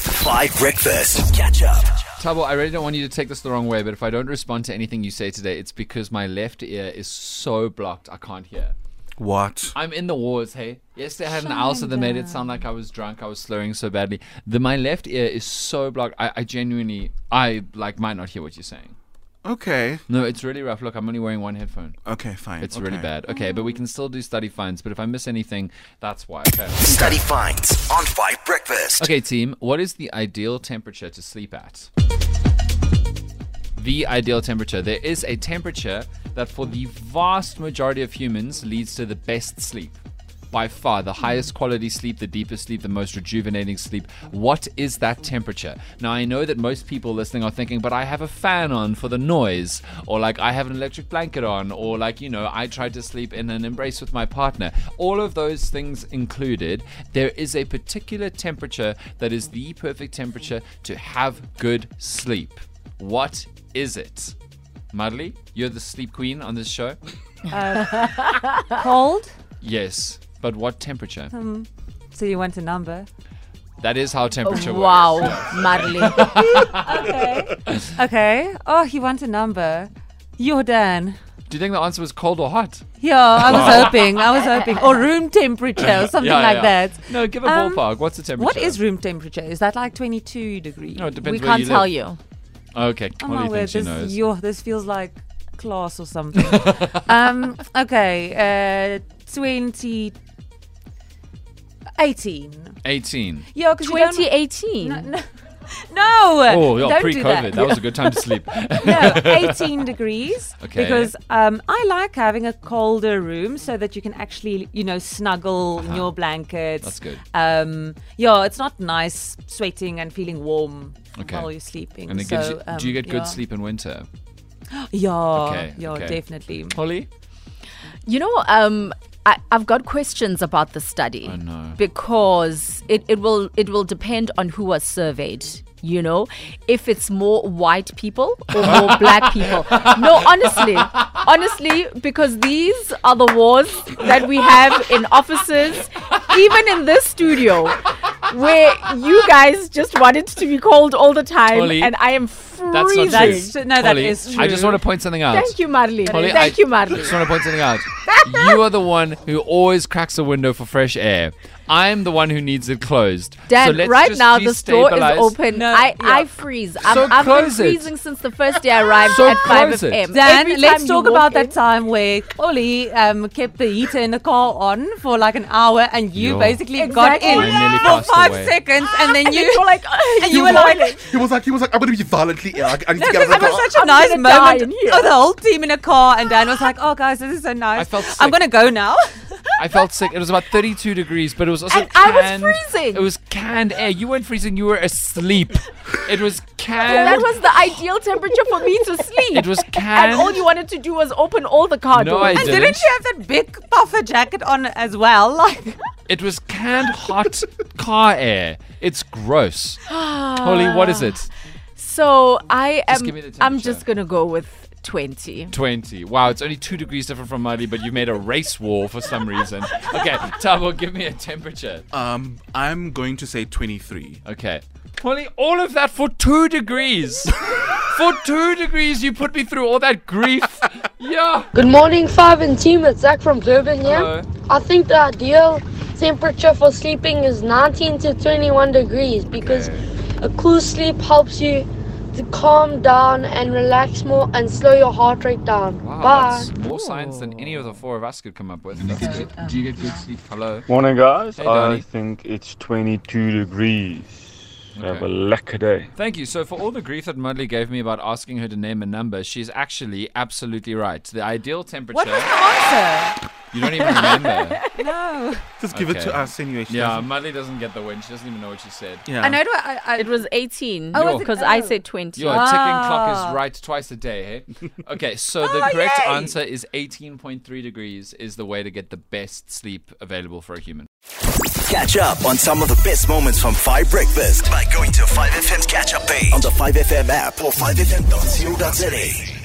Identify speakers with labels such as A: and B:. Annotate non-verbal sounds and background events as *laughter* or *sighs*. A: Five Breakfast. Catch up.
B: Tabo, I really don't want you to take this the wrong way, but if I don't respond to anything you say today, it's because my left ear is so blocked I can't hear.
C: What?
B: I'm in the wars, hey. Yesterday I had an ulcer that made it sound like I was drunk. I was slurring so badly. The my left ear is so blocked. I, I genuinely, I like might not hear what you're saying.
C: Okay.
B: No, it's really rough. Look, I'm only wearing one headphone.
C: Okay, fine.
B: It's
C: Oh, Okay.
B: really bad. Okay, but we can still do study finds. But if I miss anything, that's why. Okay.
A: Study finds on Five Breakfast.
B: Okay, team, what is the ideal temperature to sleep at? The ideal temperature. There is a temperature that, for the vast majority of humans, leads to the best sleep. By far, the highest quality sleep, the deepest sleep, the most rejuvenating sleep. What is that temperature? Now, I know that most people listening are thinking, but I have a fan on for the noise, or like I have an electric blanket on, or like, you know, I tried to sleep in an embrace with my partner. All of those things included, there is a particular temperature that is the perfect temperature to have good sleep. What is it? Marley, you're the sleep queen on this show?
D: Cold?
B: Yes. But what temperature?
D: Um, So you want a number?
B: That is how
D: oh,
B: temperature
E: Wow,
B: works.
E: Marley.
D: *laughs* Okay. okay. Oh, you want a number. You're done.
B: Do you think the answer was cold or hot?
D: Yeah, I was hoping. I was hoping. Or room temperature
B: *laughs*
D: or something like that.
B: No, give a
D: Um,
B: ballpark. What's the temperature?
D: What is room temperature? Is that like 22 degrees?
B: No, it depends
E: we
B: where
E: can't
B: you
E: tell
B: live.
E: you.
B: Okay,
D: Oh
B: Molly
D: my word,
B: thinks she
D: this,
B: knows.
D: yo, this feels like class
B: *laughs*
D: or something. um, okay, uh, 20. 18.
B: 18.
D: Yeah, because
E: 2018.
D: *laughs* No!
B: Oh, yeah,
D: don't
B: pre
D: do
B: COVID. That.
D: that.
B: was a good time to
D: *laughs*
B: sleep.
D: no,
B: *laughs*
D: 18 degrees.
B: Okay.
D: Because um, I like having a colder room so that you can actually, you know, snuggle in your blankets.
B: Uh-huh. That's good.
D: Um, yeah, it's not nice sweating and feeling warm
B: Okay.
D: while you're sleeping.
B: And it
D: so,
B: gives you,
D: um,
B: do you get good
D: yeah.
B: sleep in winter?
D: Yeah,
B: Okay,
D: yeah,
B: okay.
D: definitely.
B: Holly?
E: You know, um, I, I've got questions about the study.
B: I know.
E: Because it, it will it will depend on who was surveyed. You know, if it's more white people
B: *laughs*
E: or more black people. No, honestly, honestly, because these are the wars that we have in offices, even in this studio, where you guys just want it to be cold all the time,
B: Holly,
E: and I am freezing.
B: That's not
D: That's-
B: true.
D: no, that
B: Holly,
D: is
B: I just
D: true.
B: want to point something out.
E: Thank you, Marley.
B: Holly,
E: Thank
B: I
E: you, Marley.
B: Just want to point something
E: *laughs*
B: out. You are the one who always cracks a window for fresh air. I'm the one who needs it closed.
E: Dan,
B: let's
E: right
B: just
E: now
B: please
E: the store is
B: stabilize.
E: open.
D: No,
E: I,
D: yeah.
E: I freeze. I'm,
B: So
E: I've been
B: close it.
E: freezing since the first day I arrived
B: So
E: at 5
B: close it.
E: a.m. Every
D: Dan, let's
E: time
D: talk
E: you walk
D: about
E: in-
D: that time where Ollie um, kept the heater in the car on for like an hour and you
B: Yeah.
D: basically
E: Exactly. I
B: nearly
D: got in
B: passed
D: for five
B: away.
D: seconds and then
E: And
D: you.
E: then you're like, "Oh,
D: and *laughs* you were like,
C: He was like, he was like, I'm gonna be violently ill. I I
D: *laughs*
C: need to get
D: It
C: out of the
D: was
C: car.
D: such a
E: I'm
D: nice
E: gonna die
D: moment.
E: in here.
D: Oh, the whole team in a car, and Dan was like, "Oh, guys, this is so nice.
B: I felt
D: I'm
B: sick.
D: gonna go now."
B: I felt sick. It was about 32 degrees, but it was also
E: And I was
B: canned-
E: freezing.
B: It was canned air. You weren't freezing. You were asleep. It
E: *laughs*
B: was canned.
D: um,
E: that was the ideal temperature for me to sleep.
B: It was
E: and all
B: canned.
E: you wanted to do was open all the car
B: No,
E: doors.
B: I
D: and *laughs* didn't.
B: didn't.
D: you have that big puffer jacket on as well? *laughs* Like,
B: It was canned hot car air. It's gross. Holly, what is
E: *sighs*
B: it?
E: So I am.
B: give me the
E: I'm
B: temperature.
E: just gonna go with 20.
B: 20. Wow, it's only two degrees different from Marley, but you made a race war for some reason. Okay, Tabo, give me a temperature.
C: Um, I'm going to say 23.
B: Okay. Holly, all of that for two degrees. for two degrees, you put me through all that grief. Yeah.
F: Good morning, five and team. It's Zach from Durban here.
B: Hello.
F: I think the ideal temperature for sleeping is 19 to 21 degrees because a cool sleep helps you to calm down and relax more and slow your heart rate down.
B: Wow,
F: Bye.
B: that's more science than any of the four of us could come up with. That's good. Do you get good sleep? Hello.
G: Morning, guys.
B: Hey, Donnie.
G: I think it's 22 degrees. Have a lekker day.
B: Thank you. So, for all the grief that Mudley gave me about asking her to name a number, she's actually absolutely right. The ideal
D: what was
B: temperature,
D: the answer?
B: you don't even remember.
D: No,
C: Just give it to
B: Okay.
C: us anyway. she
B: Yeah, um,
C: doesn't-
B: Mudley doesn't get the win. She doesn't even know what she said.
C: yeah.
D: I know. what I, I,
E: It was 18
D: Oh,
B: was it-
E: because I
D: oh.
E: said 20.
B: Your ticking clock
D: Ah.
B: is right twice a day. Hey? Okay, so the correct
D: yay.
B: answer is 18.3 degrees is the way to get the best sleep available for a human.
A: Catch up on some of the best moments from Five Breakfast by going to 5FM's catch up page on the 5FM app or 5FM.co.za.